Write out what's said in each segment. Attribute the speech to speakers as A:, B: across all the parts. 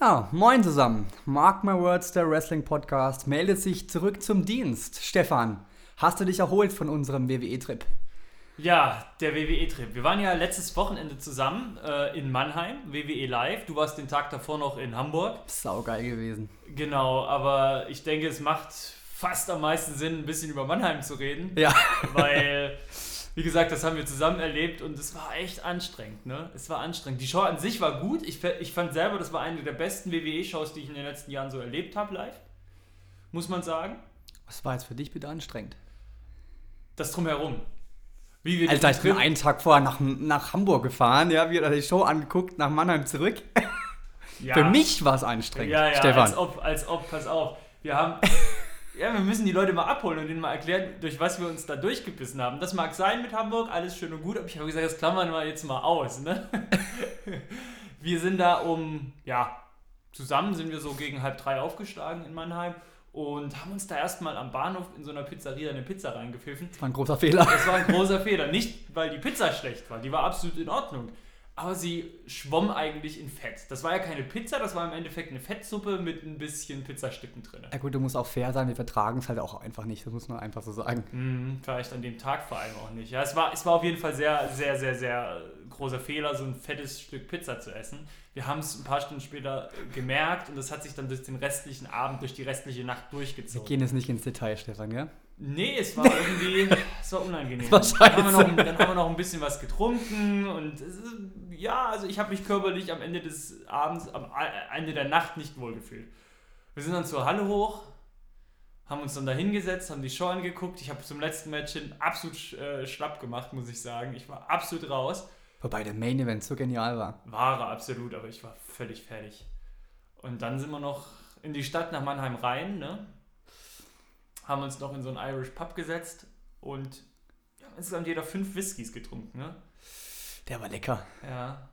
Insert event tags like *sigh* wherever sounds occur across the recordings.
A: Ja, moin zusammen. Mark My Words, der Wrestling Podcast, meldet sich zurück zum Dienst. Stefan, hast du dich erholt von unserem WWE-Trip?
B: Ja, der WWE-Trip. Wir waren ja letztes Wochenende zusammen äh, in Mannheim, WWE Live. Du warst den Tag davor noch in Hamburg.
A: Saugeil gewesen.
B: Genau, aber ich denke, es macht fast am meisten Sinn, ein bisschen über Mannheim zu reden.
A: Ja.
B: Weil, wie gesagt, das haben wir zusammen erlebt und es war echt anstrengend. Ne? Es war anstrengend. Die Show an sich war gut. Ich, fe- ich fand selber, das war eine der besten WWE-Shows, die ich in den letzten Jahren so erlebt habe live. Muss man sagen.
A: Was war jetzt für dich bitte anstrengend?
B: Das Drumherum. Wie wir
A: Alter, ich bin
B: diesen Trip-
A: einen Tag vorher nach, nach Hamburg gefahren, ja, wir haben die Show angeguckt, nach Mannheim zurück.
B: ja.
A: Für mich war es anstrengend,
B: Ja, ja,
A: Stefan.
B: als ob, als ob, pass auf.
A: *laughs*
B: Wir haben. ja, wir müssen die Leute mal abholen und ihnen mal erklären, durch was wir uns da durchgebissen haben. Das mag sein mit Hamburg, alles schön und gut, aber ich habe gesagt, das klammern wir jetzt mal
A: *laughs*
B: aus, ne? wir sind da um, ja, zusammen sind wir so gegen halb drei aufgeschlagen in Mannheim und haben uns da erstmal am Bahnhof in so einer Pizzeria eine Pizza reingepfiffen.
A: Das war ein großer Fehler.
B: Das war ein großer Fehler. Nicht, weil die Pizza schlecht war, die war absolut in Ordnung. Aber sie schwamm eigentlich in Fett. Das war ja keine Pizza, das war im Endeffekt eine Fettsuppe mit ein bisschen Pizzastücken drin.
A: Ja gut, du musst auch fair sein, wir vertragen es halt auch einfach nicht, das muss man einfach so sagen.
B: Hm, vielleicht an dem Tag vor allem auch nicht. Ja, es war, es war auf jeden Fall sehr, sehr, sehr, sehr äh, großer Fehler, so ein fettes Stück Pizza zu essen. Wir haben es ein paar Stunden später äh, gemerkt und das hat sich dann durch den restlichen Abend, durch die restliche Nacht
A: Wir
B: durchgezogen.
A: gehen jetzt nicht ins Detail, Stefan, gell?
B: Nee, es
A: *laughs*
B: war irgendwie, es war unangenehm.
A: Es war
B: dann, haben wir
A: scheiße.
B: noch, dann haben wir noch ein bisschen was getrunken und es ist, ja, also ich habe mich körperlich am Ende des Abends, am A- Ende der Nacht nicht wohl gefühlt. Wir sind dann zur Halle hoch, haben uns dann da hingesetzt, haben die Show angeguckt. Ich habe zum letzten Match hin absolut sch- äh, schlapp gemacht, muss ich sagen. Ich war absolut raus.
A: Wobei der Main Event so genial war.
B: War er absolut, aber ich war völlig fertig. Und dann sind wir noch in die Stadt nach Mannheim rein, ne? Haben uns noch in so einen Irish Pub gesetzt und wir haben insgesamt jeder fünf Whiskys getrunken, ne?
A: Der war lecker.
B: Ja.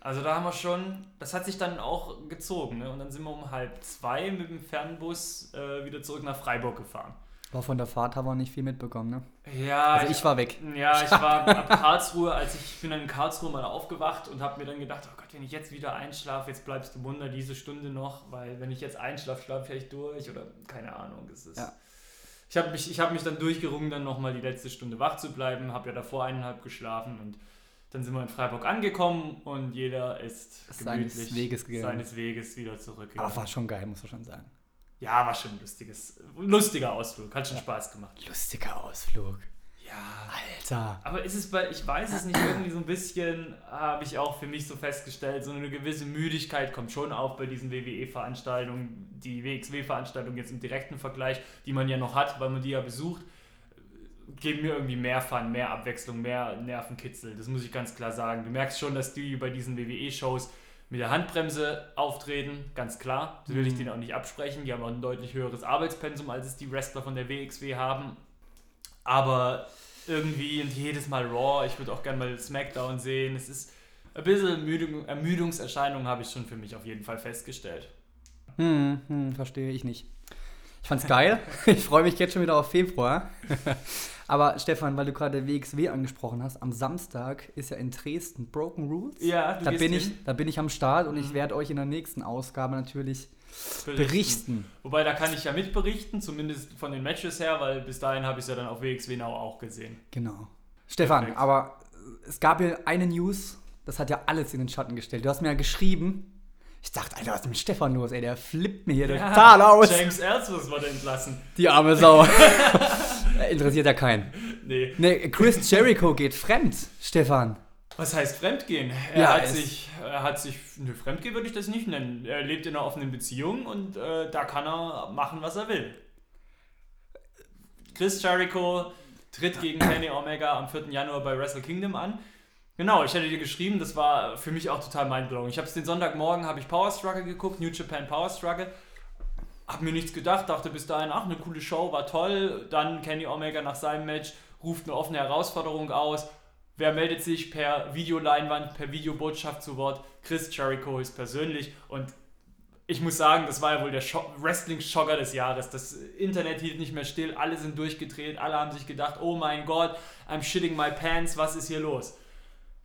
B: Also da haben wir schon, das hat sich dann auch gezogen, ne? Und dann sind wir um halb zwei mit dem Fernbus äh, wieder zurück nach Freiburg gefahren.
A: Aber von der Fahrt haben wir nicht viel mitbekommen, ne?
B: Ja,
A: Also ich war weg.
B: Ja, ich war ab Karlsruhe, als ich, ich bin dann in Karlsruhe mal aufgewacht und habe mir dann gedacht, oh Gott, wenn ich jetzt wieder einschlafe, jetzt bleibst du Wunder diese Stunde noch, weil wenn ich jetzt einschlafe, schlafe ich vielleicht durch oder keine Ahnung, es ist.
A: Ja.
B: Ich habe mich, ich hab mich dann durchgerungen, dann nochmal die letzte Stunde wach zu bleiben, habe ja davor eineinhalb geschlafen und dann sind wir in Freiburg angekommen und jeder ist
A: Seines
B: gemütlich
A: Weges gegangen.
B: seines Weges wieder zurückgegangen.
A: Aber war schon geil, muss man schon sagen.
B: Ja, war schon ein lustiges, lustiger Ausflug, hat schon Spaß gemacht.
A: Lustiger Ausflug.
B: Ja,
A: Alter.
B: Aber ist es bei, ich weiß es nicht, irgendwie so ein bisschen, habe ich auch für mich so festgestellt, so eine gewisse Müdigkeit kommt schon auf bei diesen WWE-Veranstaltungen, die WXW-Veranstaltungen jetzt im direkten Vergleich, die man ja noch hat, weil man die ja besucht, geben mir irgendwie mehr Fun, mehr Abwechslung, mehr Nervenkitzel. Das muss ich ganz klar sagen. Du merkst schon, dass die bei diesen WWE-Shows mit der Handbremse auftreten, ganz klar. Das will ich denen auch nicht absprechen. Die haben auch ein deutlich höheres Arbeitspensum, als es die Wrestler von der WXW haben. Aber irgendwie und jedes Mal Raw, ich würde auch gerne mal SmackDown sehen. Es ist ein bisschen Ermüdung, Ermüdungserscheinung habe ich schon für mich auf jeden Fall festgestellt.
A: Hm, hm, verstehe ich nicht. Ich fand's geil. *laughs* Ich freue mich jetzt schon wieder auf Februar. *laughs* Aber Stefan, weil du gerade WXW angesprochen hast, am Samstag ist ja in Dresden Broken Rules.
B: Ja, du
A: Da
B: gehst
A: bin,
B: hin.
A: ich, da bin ich am Start und ich werde euch in der nächsten Ausgabe natürlich Mhm. berichten.
B: Wobei, da kann ich ja mitberichten, zumindest von den Matches her, weil bis dahin habe ich es ja dann auf WXW Now auch gesehen.
A: Genau. Stefan,
B: Perfekt.
A: aber es gab ja eine News, das hat ja alles in den Schatten gestellt. Du hast mir ja geschrieben. Ich dachte, Alter, was ist mit Stefan los? Ey, der flippt mir hier total aus.
B: James Ellsworth wurde entlassen.
A: Die arme Sau. *laughs* Interessiert ja keinen.
B: Nee.
A: Nee, Chris Jericho geht fremd, Stefan.
B: Was heißt Fremdgehen? Er
A: Ja,
B: hat
A: es-
B: sich, er hat sich, ne, Fremdgehen würde ich das nicht nennen. Er lebt in einer offenen Beziehung und äh, da kann er machen, was er will. Chris Jericho tritt gegen Kenny Omega am 4. Januar bei Wrestle Kingdom an. Genau, ich hätte dir geschrieben, das war für mich auch total mindblowing. Ich habe es den Sonntagmorgen, habe ich Power Struggle geguckt, New Japan Power Struggle. Hab mir nichts gedacht, dachte bis dahin, ach, eine coole Show, war toll. Dann Kenny Omega nach seinem Match ruft eine offene Herausforderung aus. Wer meldet sich per Videoleinwand, per Videobotschaft zu Wort? Chris Jericho ist persönlich und ich muss sagen, das war ja wohl der Scho- Wrestling-Schocker des Jahres. Das Internet hielt nicht mehr still, alle sind durchgedreht, alle haben sich gedacht, oh mein Gott, I'm shitting my pants, was ist hier los?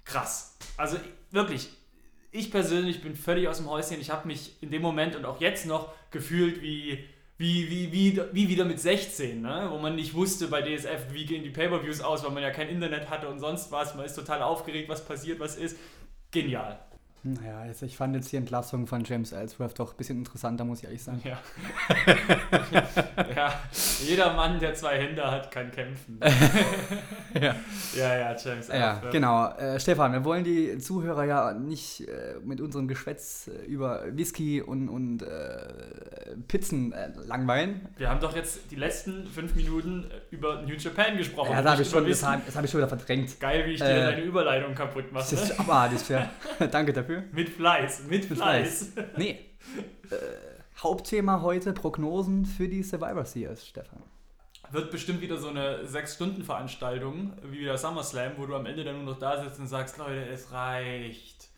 B: Krass. Also wirklich, ich persönlich bin völlig aus dem Häuschen. Ich habe mich in dem Moment und auch jetzt noch gefühlt wie, wie, wie, wie, wie wieder mit 16, ne? wo man nicht wusste bei DSF, wie gehen die Pay-Per-Views aus, weil man ja kein Internet hatte und sonst was. Man ist total aufgeregt, was passiert, was ist. Genial.
A: Naja, also ich fand jetzt die Entlassung von James Ellsworth doch ein bisschen interessanter, muss ich ehrlich sagen.
B: Ja. ja. Jeder Mann, der zwei Hände hat,
A: *laughs*
B: kann kämpfen.
A: Ja.
B: Ja, ja, James. ne?
A: Ja,
B: Ellsworth.
A: genau. Äh, Stefan, wir wollen die Zuhörer ja nicht äh, mit unserem Geschwätz äh, über Whisky und, und äh, Pizzen äh, langweilen.
B: Wir haben doch jetzt die letzten fünf Minuten über New Japan gesprochen.
A: ja, das habe
B: Nicht
A: ich, schon-
B: über
A: das
B: Wissen.
A: hab, das hab ich schon wieder verdrängt.
B: Geil, wie ich dir
A: Äh,
B: deine Überleitung kaputt
A: Das
B: mache.
A: ist abartig, ja. Danke dafür.
B: Mit Fleiß, mit
A: Mit
B: Fleiß.
A: Nee. Äh, Hauptthema heute: Prognosen für die Survivor Series, Stefan.
B: Wird bestimmt wieder so eine 6-Stunden-Veranstaltung, wie wieder SummerSlam, wo du am Ende dann nur noch da sitzt und sagst, Leute, es reicht.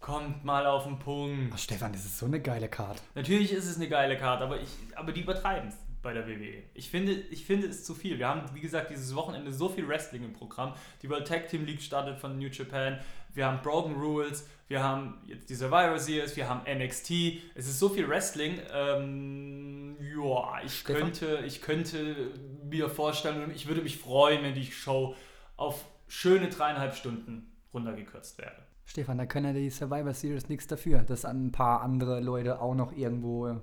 B: Kommt mal auf den Punkt.
A: Ach, Stefan, das ist so eine geile Karte.
B: Natürlich ist es eine geile Karte, aber, ich, aber die übertreiben es bei der WWE. Ich finde, ich finde es zu viel. Wir haben, wie gesagt, dieses Wochenende so viel Wrestling im Programm. Die World Tag Team League startet von New Japan. Wir haben Broken Rules. Wir haben jetzt die Survivor Series. Wir haben NXT. Es ist so viel Wrestling. Ähm, ja, ich
A: Stefan?
B: könnte, ich könnte mir vorstellen, und ich würde mich freuen, wenn die Show auf schöne dreieinhalb Stunden runtergekürzt wäre.
A: Stefan, da können ja die Survivor Series nichts dafür, dass ein paar andere Leute auch noch irgendwo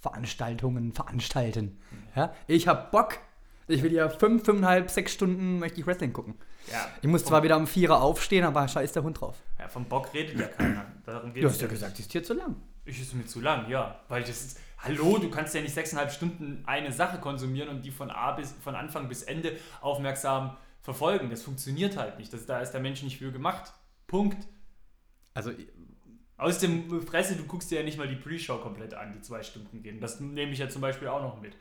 A: Veranstaltungen veranstalten. Ja? Ich hab Bock. Ich will ja fünf, fünfeinhalb, sechs Stunden möchte ich Wrestling gucken.
B: Ja,
A: Ich muss zwar wieder um Vierer aufstehen, aber scheiß der Hund drauf.
B: ja, vom Bock redet ja keiner. Darum geht es
A: die ist hier zu lang.
B: Ich ist mir zu lang, ja. Weil das ist. Hallo, du kannst ja nicht sechseinhalb Stunden eine Sache konsumieren und die von A bis von Anfang bis Ende aufmerksam verfolgen. Das funktioniert halt nicht. Das, da ist der Mensch nicht für gemacht. Punkt.
A: Also,
B: Aus dem Fresse, du guckst dir ja nicht mal die Pre-Show komplett an, die zwei Stunden gehen. Das nehme ich ja zum Beispiel auch noch mit.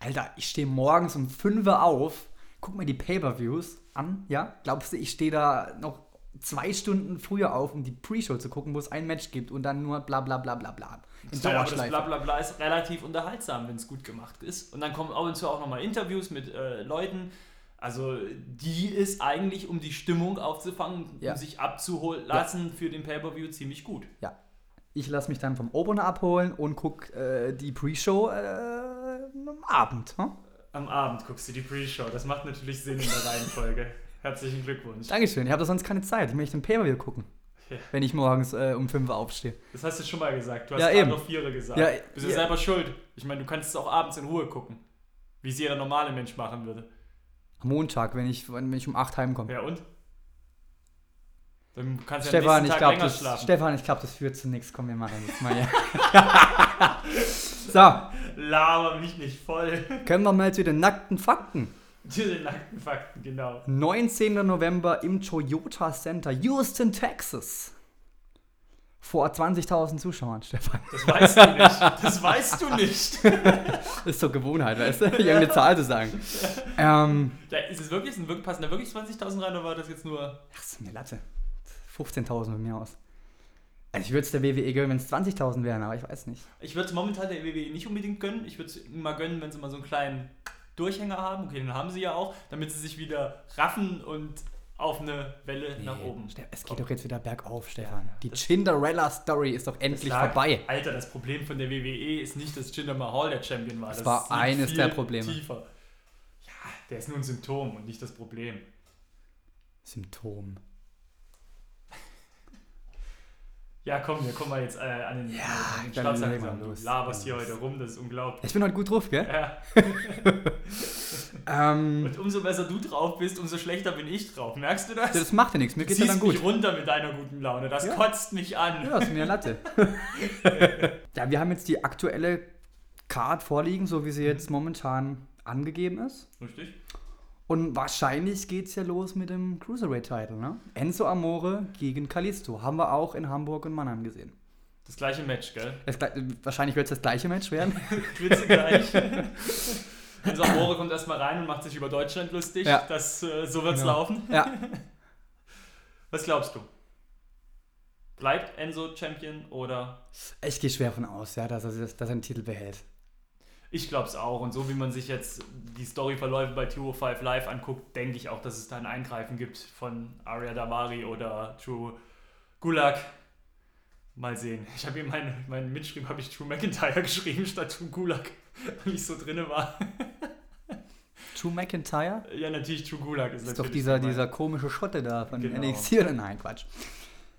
A: Alter, ich stehe morgens um 5 Uhr auf, guck mir die Pay-Per-Views an, ja? Glaubst du, ich stehe da noch zwei Stunden früher auf, um die Pre-Show zu gucken, wo es ein Match gibt und dann nur bla bla bla bla bla. In
B: Ja, aber das
A: Dauerschleife.
B: Blablabla ist relativ unterhaltsam, wenn es gut gemacht ist. Und dann kommen ab und zu auch nochmal Interviews mit äh, Leuten. Also die ist eigentlich, um die Stimmung aufzufangen,
A: Ja.
B: um sich abzuholen lassen für den Pay-Per-View ziemlich gut.
A: Ja. Ich lasse mich dann vom Opener abholen und guck äh, die Pre-Show äh, am Abend. Hm?
B: Am Abend guckst du die Pre-Show. Das macht natürlich Sinn in der Reihenfolge. *laughs* Herzlichen Glückwunsch.
A: Dankeschön, ich habe sonst keine Zeit. Ich möchte ein Pay-Per-View gucken,
B: Ja.
A: wenn ich morgens äh, um 5 Uhr aufstehe.
B: Das hast du schon mal gesagt. Du hast
A: Ja,
B: gerade
A: eben.
B: noch Viere gesagt.
A: Ja,
B: Bist du
A: ja.
B: selber schuld. Ich meine, du kannst es auch abends in Ruhe gucken. Wie es jeder normale Mensch machen würde.
A: Am Montag, wenn ich, wenn ich um 8 heimkomme.
B: Ja und? Dann kannst du ja Also am
A: Stefan,
B: nächsten
A: ich
B: Tag
A: glaube,
B: länger
A: das,
B: schlafen.
A: Stefan, ich glaub, das führt zu nichts. Komm, wir machen das mal hier. *laughs*
B: Laber mich nicht voll. *laughs*
A: so, können wir mal zu den nackten Fakten.
B: Diese nackten Fakten, genau.
A: 19. November im Toyota Center, Houston, Texas. Vor 20.000 Zuschauern, Stefan.
B: Das weißt du nicht. Das weißt du nicht.
A: Ist zur Gewohnheit, weißt du? Irgendeine Zahl zu sagen. Ähm,
B: Da ist es wirklich, sind wirklich, passen da wirklich 20.000 rein oder war das jetzt nur.
A: ach, ist mir Latte. 15.000 bei mir aus. Also ich würde es der WWE gönnen, wenn es 20.000 wären, aber ich weiß nicht.
B: Ich würde es momentan der WWE nicht unbedingt gönnen. Ich würde es ihnen mal gönnen, wenn sie mal so einen kleinen Durchhänger haben. Okay, den haben sie ja auch, damit sie sich wieder raffen und auf eine Welle nach oben.
A: Ste- Es geht doch jetzt wieder bergauf, Stefan.
B: ja.
A: Die Cinderella-Story ist doch endlich
B: Lag-
A: vorbei.
B: Alter, das Problem von der WWE ist nicht, dass Jinder Mahal der Champion war.
A: Das
B: Das
A: war
B: liegt
A: eines
B: viel
A: der Probleme.
B: Tiefer. Ja, der ist nur ein Symptom und nicht das Problem.
A: Symptom.
B: Ja, komm, wir kommen mal jetzt äh, an den,
A: Ja,
B: an den
A: dann
B: Start-
A: legen wir
B: an. Du
A: los.
B: laberst hier
A: Los.
B: heute rum, das ist unglaublich.
A: Ich bin heute gut drauf, gell?
B: Ja.
A: Ähm,
B: Und umso besser du drauf bist, umso schlechter bin ich drauf. Merkst du das?
A: das macht ja nichts, mir
B: du
A: geht's ja
B: ziehst
A: dann
B: mich
A: gut.
B: runter mit deiner guten Laune. Das
A: Ja.
B: kotzt mich an.
A: Ja, ist mir
B: *laughs*
A: Latte. ja, wir haben jetzt die aktuelle Card vorliegen, so wie sie jetzt momentan angegeben ist.
B: Richtig?
A: Und wahrscheinlich geht's ja los mit dem Cruiserweight-Title, ne? Enzo Amore gegen Kalisto. Haben wir auch in Hamburg und Mannheim gesehen.
B: Das gleiche Match, gell?
A: Das, gle- wahrscheinlich wird es das gleiche Match
B: *laughs*
A: werden. *laughs*
B: Quitzegleich. Unser Amore kommt erstmal rein und macht sich über Deutschland lustig.
A: Ja.
B: Das, äh, so wird's
A: Genau.
B: laufen.
A: ja.
B: Was glaubst du? Bleibt Enzo Champion oder
A: Ich gehe schwer von aus, ja, dass er, dass er den Titel behält.
B: Ich glaube es auch. Und so wie man sich jetzt die Storyverläufe bei 205 Live anguckt, denke ich auch, dass es da ein Eingreifen gibt von Arya Davari oder Drew Gulak. Mal sehen. Ich habe eben meinen mein Mitschrieb habe ich True McIntyre *laughs* geschrieben statt True Gulag, *laughs* weil ich so drinne war.
A: True McIntyre?
B: Ja, natürlich True Gulag ist,
A: Ist doch
B: natürlich
A: dieser,
B: gemeint.
A: dieser komische Schotte da von
B: Genau.
A: NXT oder nein, Quatsch.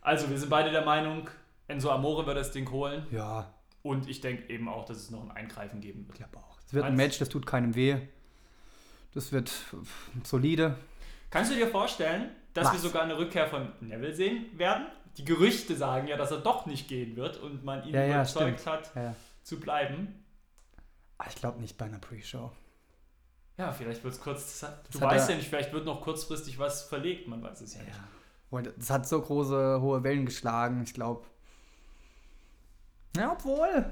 B: Also, wir sind beide der Meinung, Enzo Amore wird das Ding holen.
A: Ja,
B: Und ich denke eben auch, dass es noch ein Eingreifen geben
A: ich
B: wird.
A: glaube auch. Es wird ein
B: Meinst-
A: Match, das tut keinem weh. Das wird pff, solide.
B: Kannst du dir vorstellen, dass
A: Was?
B: wir sogar eine Rückkehr von Neville sehen werden? Die Gerüchte sagen ja, dass er doch nicht gehen wird und man ihn
A: Ja, ja,
B: überzeugt hat,
A: Ja, ja.
B: zu bleiben.
A: Aber ich glaube nicht bei einer Pre-Show.
B: Ja, vielleicht wird es kurz. Du
A: hat
B: weißt
A: er-
B: ja nicht, vielleicht wird noch kurzfristig was verlegt, man weiß es ja nicht.
A: Und es hat so große, hohe Wellen geschlagen, ich glaube. Ja, obwohl.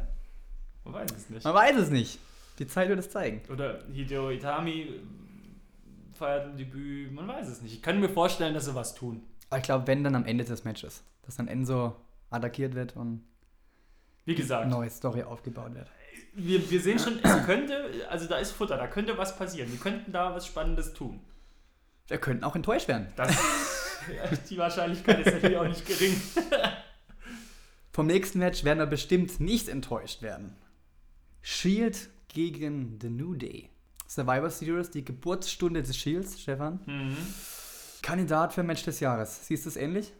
B: Man weiß es nicht.
A: Man weiß es nicht. Die Zeit wird es zeigen.
B: Oder Hideo Itami äh, feiert ein Debüt, man weiß es nicht. Ich kann mir vorstellen, dass sie was tun.
A: Aber ich glaube, wenn dann am Ende des Matches, dass dann Enzo attackiert wird und
B: Wie gesagt,
A: eine neue Story aufgebaut wird.
B: wir, wir sehen schon, es könnte, also da ist Futter, da könnte was passieren. Wir könnten da was Spannendes tun.
A: Wir könnten auch enttäuscht werden. *laughs*
B: Das, *laughs* die Wahrscheinlichkeit ist natürlich auch nicht gering.
A: Vom nächsten Match werden wir bestimmt nicht enttäuscht werden. Shield gegen The New Day. Survivor Series, die Geburtsstunde des Shields, Stefan.
B: Hm.
A: Kandidat für Match des Jahres. Siehst du es ähnlich?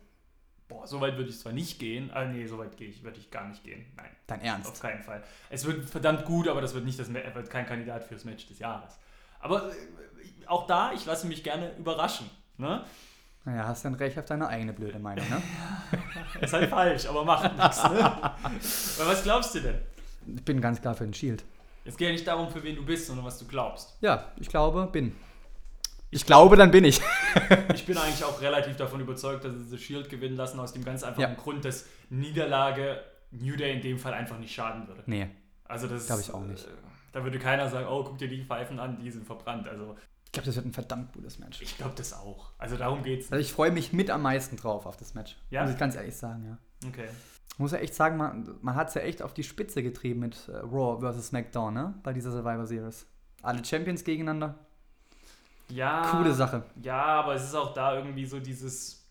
B: Boah, so weit würde ich zwar nicht gehen. Ah, nee, so weit gehe ich, würde ich gar nicht gehen. Nein,
A: Dein
B: auf
A: Ernst.
B: keinen Fall. Es wird verdammt gut, aber das wird nicht das Ma- wird kein Kandidat fürs Match des Jahres. Aber äh, auch da, ich lasse mich gerne überraschen. Ne?
A: Naja, hast dann recht auf deine eigene blöde Meinung, ne?
B: Ist halt falsch, aber macht
A: *laughs*
B: nichts. Ne? Aber was glaubst du denn?
A: Ich bin ganz klar für den Shield.
B: Es geht ja nicht darum, für wen du bist, sondern was du glaubst.
A: Ja, ich glaube, bin. Ich glaube, dann bin ich.
B: Ich bin eigentlich auch relativ davon überzeugt, dass sie The Shield gewinnen lassen, aus dem ganz einfachen
A: Ja.
B: Grund, dass Niederlage New Day in dem Fall einfach nicht schaden würde.
A: Nee.
B: Also das
A: Glaub ich auch nicht.
B: äh, Da würde keiner sagen, oh, guck dir die Pfeifen an, die sind verbrannt. Also
A: Ich glaube, das wird ein verdammt gutes Match.
B: ich glaube das auch. Also darum geht's.
A: Also ich freue mich mit am meisten drauf auf das Match.
B: Ja?
A: Muss ich ganz ehrlich sagen, ja.
B: Okay.
A: Muss ja echt sagen, man, man hat es ja echt auf die Spitze getrieben mit äh, Raw vs. SmackDown, ne? Bei dieser Survivor Series. Alle Champions gegeneinander.
B: Ja.
A: Coole Sache. *laughs*
B: Ja, aber es ist auch da irgendwie so dieses,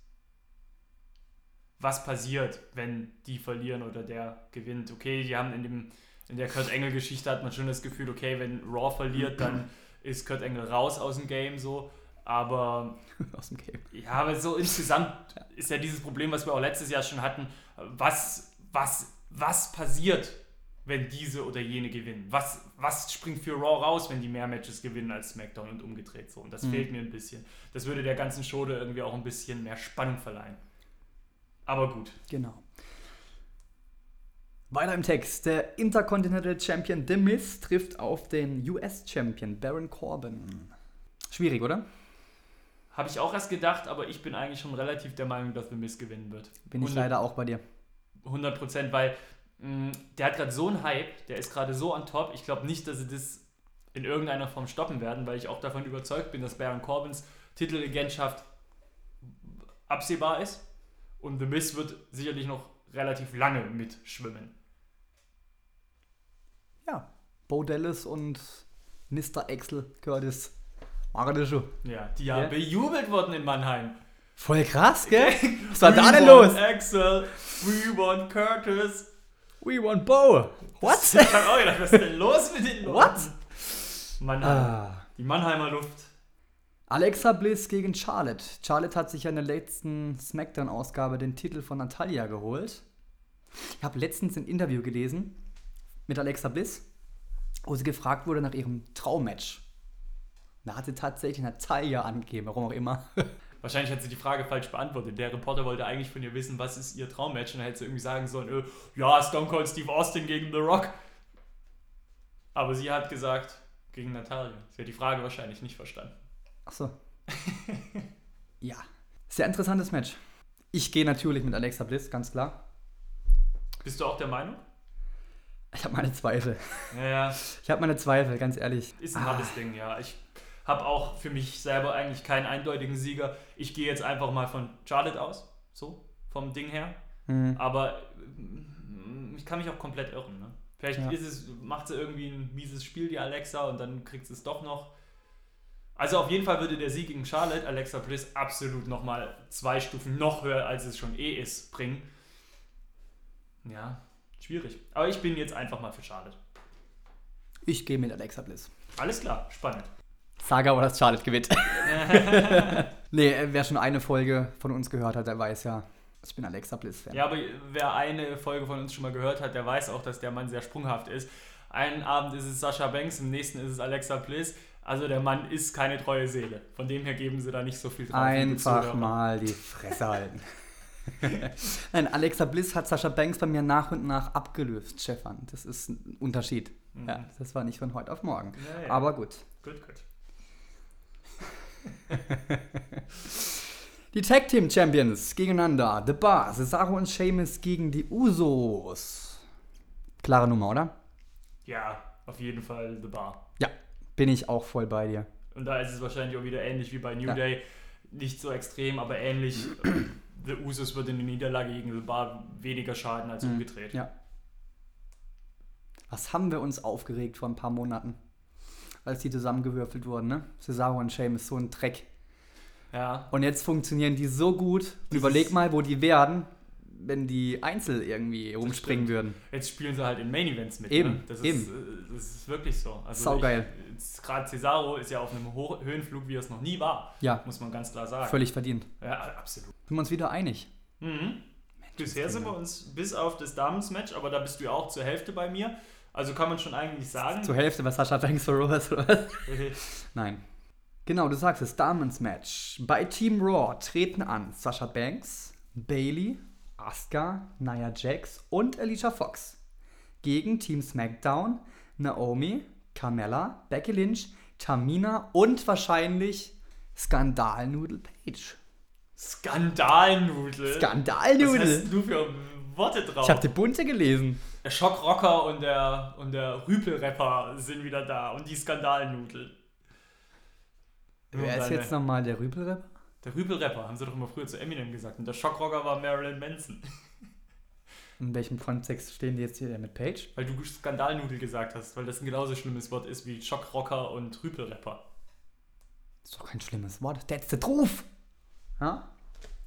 B: was passiert, wenn die verlieren oder der gewinnt. Okay, die haben in dem in der Kurt Engel Geschichte hat man schon das Gefühl, okay, wenn Raw verliert, dann ist Kurt Engel raus aus dem Game so. Aber
A: Aus dem Game.
B: Ja, aber so insgesamt ist ja dieses Problem, was wir auch letztes Jahr schon hatten, was, was, was passiert, wenn diese oder jene gewinnen? Was, was springt für Raw raus, wenn die mehr Matches gewinnen als SmackDown und umgedreht so? Und
A: Mhm.
B: das fehlt mir ein bisschen. Das würde der ganzen Schode irgendwie auch ein bisschen mehr Spannung verleihen. Aber gut.
A: Genau. Weiter im Text. Der Intercontinental Champion The Miz trifft auf den US Champion Baron Corbin. Schwierig, oder?
B: Habe ich auch erst gedacht, aber ich bin eigentlich schon relativ der Meinung, dass The Miz gewinnen wird.
A: Bin ich
B: Und-
A: leider auch bei dir.
B: 100 Prozent, weil mh, der hat gerade so einen Hype, der ist gerade so on top. Ich glaube nicht, dass sie das in irgendeiner Form stoppen werden, weil ich auch davon überzeugt bin, dass Baron Corbins Titelregentschaft absehbar ist und The Miz wird sicherlich noch relativ lange mitschwimmen.
A: Ja, Bo Dallas und Mr. Axel Curtis. Machen das schon.
B: Ja, die ja
A: Ja.
B: bejubelt wurden in Mannheim.
A: Voll krass, gell? Was war da denn los?
B: Axel, we want Curtis.
A: We want Bo.
B: *laughs*
A: What?
B: Ich hab auch gedacht, was ist denn los mit den Leuten?
A: What?
B: Mannheim.
A: Ah.
B: Die Mannheimer Luft.
A: Alexa Bliss gegen Charlotte. Charlotte hat sich ja in der letzten SmackDown-Ausgabe den Titel von Natalia geholt. Ich habe letztens ein Interview gelesen mit Alexa Bliss, wo sie gefragt wurde nach ihrem Traummatch. Da hatte tatsächlich Natalia angegeben, warum auch immer. *laughs*
B: Wahrscheinlich hat sie die Frage falsch beantwortet. Der Reporter wollte eigentlich von ihr wissen, was ist ihr Traummatch? Und dann hätte sie irgendwie sagen sollen, äh, ja, Stone Cold Steve Austin gegen The Rock. Aber sie hat gesagt, gegen Natalia. Sie hat die Frage wahrscheinlich nicht verstanden.
A: Achso. ja. Sehr interessantes Match. Ich gehe natürlich mit Alexa Bliss, ganz klar.
B: Bist du auch der Meinung?
A: Ich habe meine Zweifel.
B: Naja,
A: Ich habe meine Zweifel, ganz ehrlich. Ah,
B: ist ein hartes Ding, ja. Ich habe auch für mich selber eigentlich keinen eindeutigen Sieger. Ich gehe jetzt einfach mal von Charlotte aus, so, vom Ding her.
A: Hm.
B: Aber mm, ich kann mich auch komplett irren. Ne? Vielleicht
A: Ja.
B: ist es, macht sie irgendwie ein mieses Spiel, die Alexa, und dann kriegt sie es doch noch. Also auf jeden Fall würde der Sieg gegen Charlotte Alexa Bliss absolut nochmal zwei Stufen noch höher, als es schon eh ist, bringen. Ja, schwierig. Aber ich bin jetzt einfach mal für Charlotte.
A: Ich gehe mit Alexa Bliss.
B: Alles klar, spannend.
A: Sag aber, dass Charlotte gewinnt. nee, äh, wer schon eine Folge von uns gehört hat, der weiß ja, ich bin Alexa Bliss-Fan.
B: Ja, aber wer eine Folge von uns schon mal gehört hat, der weiß auch, dass der Mann sehr sprunghaft ist. Einen Abend ist es Sascha Banks, im nächsten ist es Alexa Bliss. Also der Mann ist keine treue Seele. Von dem her geben sie da nicht so viel drauf. liebe
A: Einfach
B: Zuhörer.
A: mal die Fresse halten. *laughs* Nein, Alexa Bliss hat Sascha Banks bei mir nach und nach abgelöst, Stefan. Das ist ein Unterschied. Ja, das war nicht von heute auf morgen.
B: Ja, ja.
A: Aber gut.
B: Gut, gut.
A: Die Tag Team Champions gegeneinander. The Bar, Cesaro und Sheamus gegen die Usos. Klare Nummer, oder?
B: Ja, auf jeden Fall The Bar.
A: Ja, bin ich auch voll bei dir.
B: Und da ist es wahrscheinlich auch wieder ähnlich wie bei New
A: Ja.
B: Day. Nicht so extrem,
A: *clears throat*
B: aber ähnlich. The Usos wird in der Niederlage gegen The Bar weniger schaden als umgedreht.
A: Mhm. Ja. Was haben wir uns aufgeregt vor ein paar Monaten, als die zusammengewürfelt wurden, ne? Cesaro und Sheamus, so ein Dreck.
B: Ja.
A: Und jetzt funktionieren die so gut. Und überleg mal, wo die wären, wenn die Einzel irgendwie rumspringen würden.
B: Jetzt spielen sie halt in Main Events mit.
A: Eben,
B: Ne? Das, ist,
A: eben.
B: äh, das ist wirklich so. Also
A: Saugeil.
B: Gerade Cesaro ist ja auf einem Ho Höhenflug, wie er es noch nie war.
A: Ja,
B: Muss man ganz klar sagen.
A: völlig verdient.
B: Ja, absolut.
A: Sind wir uns wieder einig?
B: Mhm. Bisher sind wir uns bis auf das Damen-Match, aber da bist du ja auch zur Hälfte bei mir. Also kann man schon eigentlich sagen.
A: Zur Hälfte bei Sascha Banks for Rollers oder was? Nein. Genau, du sagst es, Diamonds Match. Bei Team Raw treten an Sasha Banks, Bailey, Asuka, Nia Jax und Alicia Fox. Gegen Team SmackDown, Naomi, Carmella, Becky Lynch, Tamina und wahrscheinlich Skandalnudel Page.
B: Skandalnudel. Äh, Was
A: Skandalnudel!
B: hast du für Worte drauf?
A: Ich habe die bunte gelesen.
B: der Schockrocker und der, und der Rüpelrapper sind wieder da und die Skandalnudel.
A: Wer ist
B: Deine-
A: jetzt nochmal der Rüpelrapper?
B: Der Rüpelrapper, haben sie doch immer früher zu Eminem gesagt. Und der Schockrocker war Marilyn Manson,
A: In welchem Kontext stehen die jetzt hier mit Page?
B: weil du Skandalnudel gesagt hast, weil das ein genauso schlimmes Wort ist wie Schockrocker und Rüpelrapper.
A: Ist doch kein schlimmes Wort. That's the truth. Ja?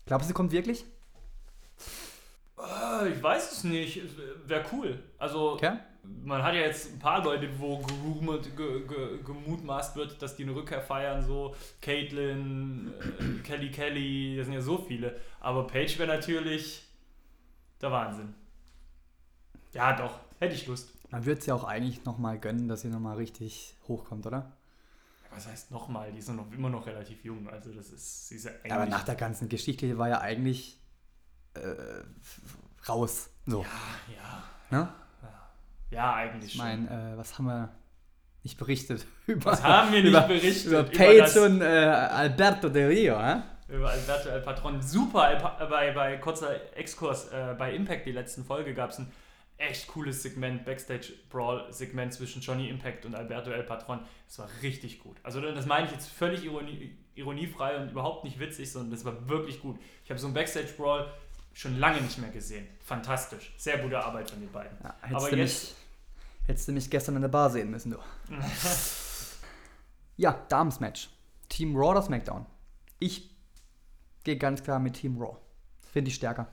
A: Glaubst du, sie kommt wirklich?
B: Äh, Ich weiß es nicht, wäre cool. Also,
A: Okay.
B: man hat ja jetzt ein paar Leute, wo gerumored, ge, ge, gemutmaßt wird, dass die eine Rückkehr feiern, so Caitlyn, äh, Kelly Kelly, das sind ja so viele. Aber Paige wäre natürlich der Wahnsinn. Ja, doch, hätte ich Lust.
A: Man würde es ja auch eigentlich nochmal gönnen, dass sie nochmal richtig hochkommt, oder?
B: Was heißt nochmal? Die ist ja noch, immer noch relativ jung, also das ist, sie ist ja eigentlich.
A: Aber nach der ganzen Geschichte war ja eigentlich äh, raus. So.
B: ja,
A: Ne?
B: ja, eigentlich
A: Ich
B: schon.
A: meine, äh, was haben wir nicht berichtet? *laughs* Über,
B: Was haben wir nicht
A: über,
B: berichtet?
A: Über
B: das-
A: Paige und äh, Alberto Del Rio, hä?
B: Über Alberto El Patron. Super, El Pa- äh, bei, bei kurzer Exkurs, äh, bei Impact, die letzten Folge, gab es ein echt cooles Segment, Backstage-Brawl-Segment zwischen Johnny Impact und Alberto El Patron. Das war richtig gut. Also das meine ich jetzt völlig ironie, ironiefrei und überhaupt nicht witzig, sondern das war wirklich gut. Ich habe so ein Backstage-Brawl schon lange nicht mehr gesehen. Fantastisch. Sehr gute Arbeit von den beiden.
A: Ja, hättest,
B: Aber
A: du
B: jetzt...
A: mich, hättest du mich gestern in der Bar sehen
B: *laughs*
A: müssen, du. ja, Damensmatch. Team Raw oder SmackDown? Ich gehe ganz klar mit Team Raw. Finde ich stärker.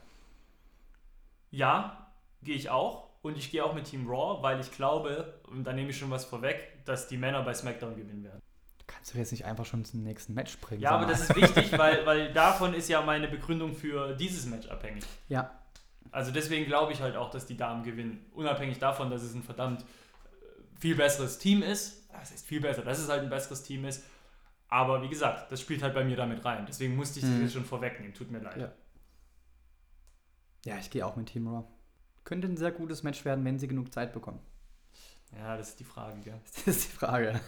B: Ja, gehe ich auch. Und ich gehe auch mit Team Raw, weil ich glaube, und da nehme ich schon was vorweg, dass die Männer bei SmackDown gewinnen werden.
A: Du kannst doch jetzt nicht einfach schon zum nächsten Match springen.
B: Ja,
A: sag
B: aber
A: mal.
B: das
A: *laughs*
B: ist wichtig, weil, weil davon ist ja meine Begründung für dieses Match abhängig.
A: Ja,
B: Also deswegen glaube ich halt auch, dass die Damen gewinnen. Unabhängig davon, dass es ein verdammt äh, viel besseres Team ist. Ah, Das ist viel besser, dass es halt ein besseres Team ist. Aber wie gesagt, das spielt halt bei mir damit rein. Deswegen musste ich das
A: Mhm.
B: jetzt schon vorwegnehmen. Tut mir leid.
A: Ja. ja ich gehe auch mit Team Raw. Könnte ein sehr gutes Match werden, wenn sie genug Zeit bekommen.
B: Ja, das ist die Frage, gell?
A: Das ist die Frage.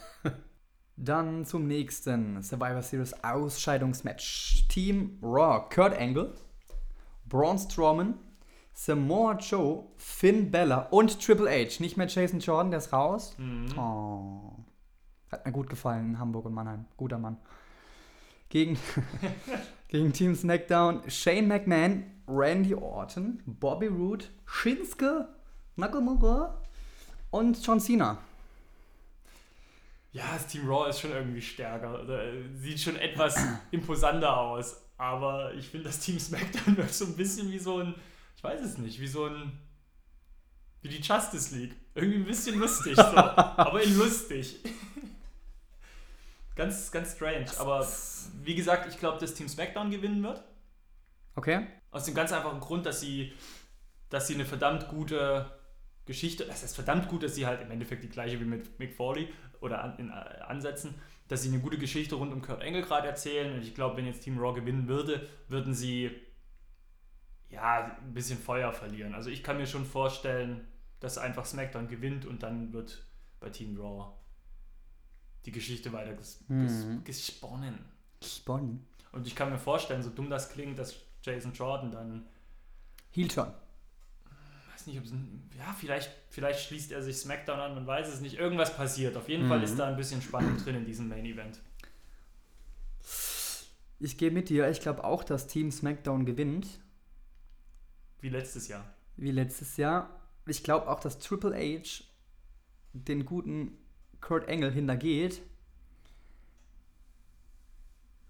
A: Dann zum nächsten Survivor Series Ausscheidungsmatch. Team Raw, Kurt Angle, Braun Strowman, Samoa Joe, Finn Bella und Triple H. Nicht mehr Jason Jordan, der ist raus. Oh. Hat mir gut gefallen in Hamburg und Mannheim. Guter Mann. Gegen, *laughs* gegen Team SmackDown Shane McMahon, Randy Orton, Bobby Roode, Shinsuke, Nakamura und John Cena.
B: Ja, das Team Raw ist schon irgendwie stärker. Oder, äh, Sieht schon etwas imposanter *laughs* aus. Aber ich finde, das Team SmackDown wirkt so ein bisschen wie so ein, ich weiß es nicht, wie so ein Wie die Justice League. Irgendwie ein bisschen lustig, so. aber in lustig. *laughs* ganz, ganz strange. Aber wie gesagt, ich glaube, dass Team SmackDown gewinnen wird.
A: Okay.
B: Aus dem ganz einfachen Grund, dass sie, dass sie eine verdammt gute Geschichte, das heißt verdammt gut, dass sie halt im Endeffekt die gleiche wie mit Mick Foley oder an, in äh, Ansätzen, dass sie eine gute Geschichte rund um Kurt Angle gerade erzählen. Und ich glaube, wenn jetzt Team Raw gewinnen würde, würden sie ja ein bisschen Feuer verlieren. Also ich kann mir schon vorstellen, dass einfach SmackDown gewinnt und dann wird bei Team Raw die Geschichte weiter ges
A: Mhm.
B: ges gesponnen.
A: Sponnen.
B: Und ich kann mir vorstellen, so dumm das klingt, dass Jason Jordan dann,
A: Heel Turn.
B: weiß nicht, ob es, ein- ja, vielleicht, vielleicht schließt er sich SmackDown an, man weiß es nicht. Irgendwas passiert. Auf jeden
A: Mhm.
B: Fall ist da ein bisschen Spannung drin in diesem Main Event.
A: Ich gehe mit dir. Ich glaube auch, dass Team SmackDown gewinnt,
B: Wie letztes Jahr.
A: wie letztes Jahr. Ich glaube auch, dass Triple H den guten Kurt Angle hintergeht.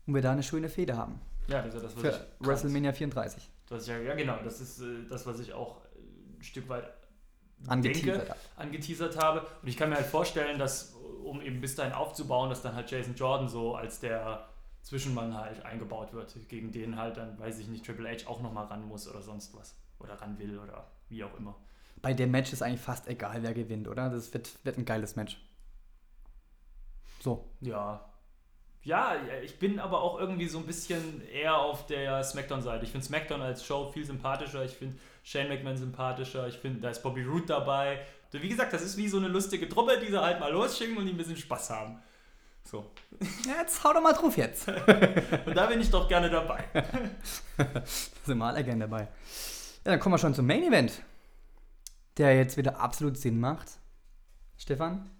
A: Und wir da eine schöne Feder haben.
B: Ja, also das, was
A: Für
B: ich,
A: WrestleMania 34.
B: Was ich, ja, ja, genau, das ist äh, das, was ich auch äh, ein Stück weit
A: Angeteasert.
B: denke, angeteasert habe. Und ich kann mir halt vorstellen, dass, um eben bis dahin aufzubauen, dass dann halt Jason Jordan so als der Zwischenmann halt eingebaut wird, gegen den halt dann, weiß ich nicht, Triple H auch nochmal ran muss oder sonst was. Oder ran will oder wie auch immer.
A: Bei dem Match ist eigentlich fast egal, wer gewinnt, oder? Das wird, wird ein geiles Match. So.
B: Ja. Ja, ja, ich bin aber auch irgendwie so ein bisschen eher auf der Smackdown-Seite. Ich finde Smackdown als Show viel sympathischer. Ich finde Shane McMahon sympathischer. Ich finde, da ist Bobby Roode dabei. Wie gesagt, das ist wie so eine lustige Truppe, die sie halt mal losschicken und die ein bisschen Spaß haben. So.
A: Ja, jetzt hau doch mal drauf jetzt.
B: Und da bin ich doch gerne dabei.
A: sind wir alle gern dabei. Ja, dann kommen wir schon zum Main Event, der jetzt wieder absolut Sinn macht. Stefan,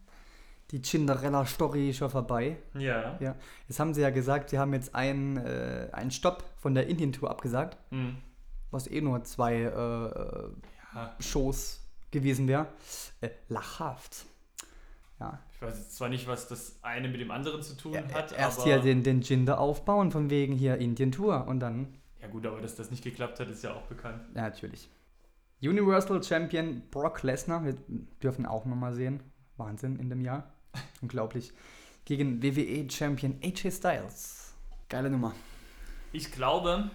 A: die Cinderella-Story ist schon vorbei.
B: Ja.
A: Ja, jetzt haben sie ja gesagt, sie haben jetzt einen, äh, einen Stopp von der Indien-Tour abgesagt,
B: Hm.
A: was eh nur zwei äh,
B: ja.
A: Shows gewesen wäre. Äh, lachhaft. Ja,
B: Ich weiß jetzt zwar nicht, was das eine mit dem anderen zu tun
A: Ja,
B: hat,
A: erst
B: aber.
A: hier den, den Jinder aufbauen, von wegen hier Indien-Tour und dann,
B: ja, gut, aber dass das nicht geklappt hat, ist ja auch bekannt.
A: ja, natürlich. Universal Champion Brock Lesnar, wir dürfen auch nochmal sehen. Wahnsinn in dem *laughs* Jahr. Unglaublich. Gegen WWE Champion AJ Styles. Geile Nummer,
B: Ich glaube,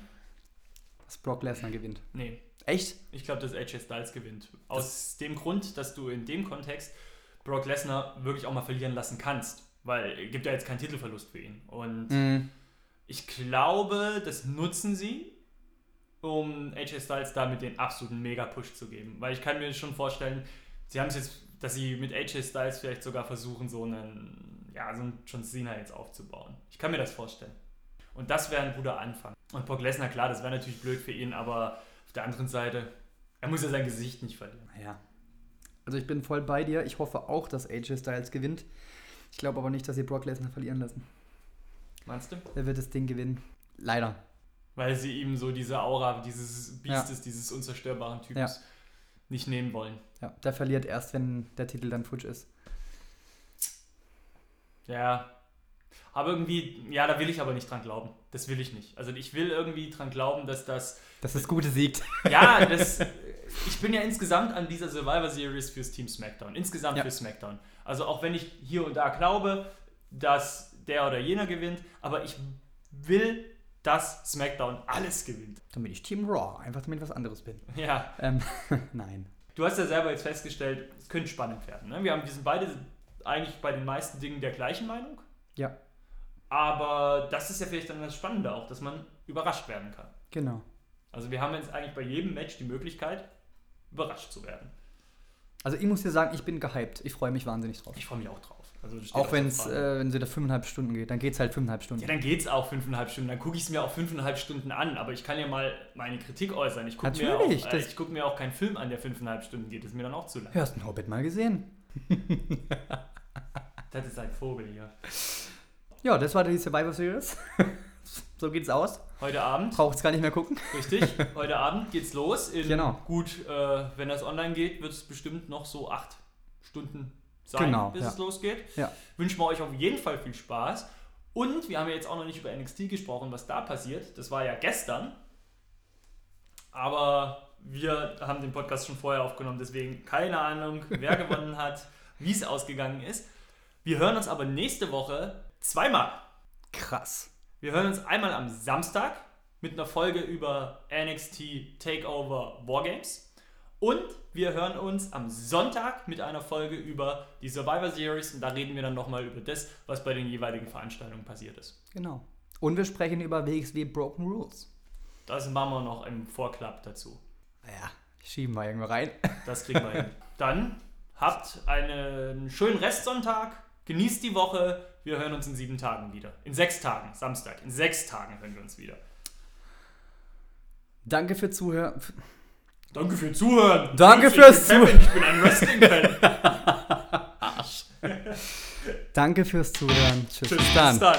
A: dass Brock Lesnar gewinnt.
B: nee,
A: Echt?
B: Ich glaube, dass AJ Styles gewinnt. Aus dem Grund, dass du in dem Kontext Brock Lesnar wirklich auch mal verlieren lassen kannst. Weil es gibt ja jetzt keinen Titelverlust für ihn. Und
A: Mhm.
B: ich glaube, das nutzen sie, um AJ Styles damit den absoluten Mega-Push zu geben. Weil ich kann mir schon vorstellen, sie haben es jetzt, dass sie mit AJ Styles vielleicht sogar versuchen, so einen, ja, so einen John Cena jetzt aufzubauen. Ich kann mir das vorstellen. Und das wäre ein guter Anfang. Und Brock Lesnar, klar, das wäre natürlich blöd für ihn, aber auf der anderen Seite, er muss ja sein Gesicht nicht verlieren.
A: Naja. Also ich bin voll bei dir. Ich hoffe auch, dass AJ Styles gewinnt. Ich glaube aber nicht, dass sie Brock Lesnar verlieren lassen.
B: Meinst du?
A: Er wird das Ding gewinnen. Leider.
B: Weil sie ihm so diese Aura dieses
A: Ja.
B: Biestes, dieses unzerstörbaren Typs
A: Ja.
B: nicht nehmen wollen.
A: Ja, der verliert erst, wenn der Titel dann futsch ist.
B: Ja. Aber irgendwie, ja, da will ich aber nicht dran glauben. Das will ich nicht. Also ich will irgendwie dran glauben, dass das.
A: Dass das Gute siegt.
B: Ja, das. ich bin ja insgesamt an dieser Survivor Series fürs Team SmackDown. Insgesamt
A: Ja.
B: für SmackDown. Also auch wenn ich hier und da glaube, dass der oder jener gewinnt, aber ich will, dass SmackDown alles gewinnt.
A: Dann bin ich Team Raw, einfach damit ich was anderes *laughs* bin.
B: Ja.
A: Ähm, nein.
B: Du hast ja selber jetzt festgestellt, es könnte spannend werden. Ne? Wir, haben, wir sind beide eigentlich bei den meisten Dingen der gleichen Meinung.
A: Ja.
B: Aber das ist ja vielleicht dann das Spannende auch, dass man überrascht werden kann.
A: Genau.
B: Also wir haben jetzt eigentlich bei jedem Match die Möglichkeit, überrascht zu werden.
A: Also ich muss dir sagen, ich bin gehypt. Ich freue mich wahnsinnig drauf.
B: Ich freue mich auch drauf. Also das steht
A: Auch wenn es
B: auf der Fahne.
A: äh, wenn's wieder fünfeinhalb Stunden geht, dann geht es halt fünfeinhalb Stunden.
B: ja, dann geht's auch fünfeinhalb Stunden. Dann gucke ich es mir auch fünfeinhalb Stunden an. Aber ich kann ja mal meine Kritik äußern. Ich gucke mir,
A: Natürlich,
B: auch- äh,
A: das-
B: ich guck mir auch keinen Film an, der fünfeinhalb Stunden geht. Das ist mir dann auch zu lang.
A: Hörst du einen Hobbit mal gesehen?
B: Das ist ein Vogel hier.
A: Ja, das war die Survivor Series. *laughs* so geht's aus.
B: Heute Abend
A: Braucht's gar nicht mehr gucken.
B: Richtig, heute Abend geht's los. In
A: Genau.
B: Gut, äh, wenn das online geht, wird es bestimmt noch so acht Stunden sein,
A: Genau,
B: bis
A: ja.
B: es losgeht.
A: Ja.
B: Wünschen wir euch auf jeden Fall viel Spaß. Und wir haben ja jetzt auch noch nicht über NXT gesprochen, was da passiert. Das war ja gestern. Aber wir haben den Podcast schon vorher aufgenommen, deswegen keine Ahnung, wer
A: *laughs*
B: gewonnen hat, wie es ausgegangen ist. Wir hören uns aber nächste Woche zweimal.
A: Krass.
B: Wir hören uns einmal am Samstag mit einer Folge über NXT Takeover Wargames. Und wir hören uns am Sonntag mit einer Folge über die Survivor Series. Und da reden wir dann nochmal über das, was bei den jeweiligen Veranstaltungen passiert ist.
A: Genau. Und wir sprechen über WXW Broken Rules.
B: Das machen wir noch im Vorklapp dazu.
A: Ja, schieben wir irgendwo rein.
B: Das kriegen wir
A: *laughs*
B: hin. Dann habt einen schönen Restsonntag. Genießt die Woche. Wir hören uns in sieben Tagen wieder. In sechs Tagen, Samstag. In sechs Tagen hören wir uns wieder.
A: Danke für Zuhören.
B: Danke für Zuhören.
A: Danke
B: Ich bin
A: fürs
B: Kevin,
A: Zuhören.
B: Ich bin ein Wrestling-Fan.
A: Danke fürs Zuhören. Tschüss.
B: Tschüss,
A: Bis
B: bis
A: dann.
B: dann.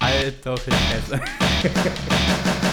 A: Halt doch die Fresse.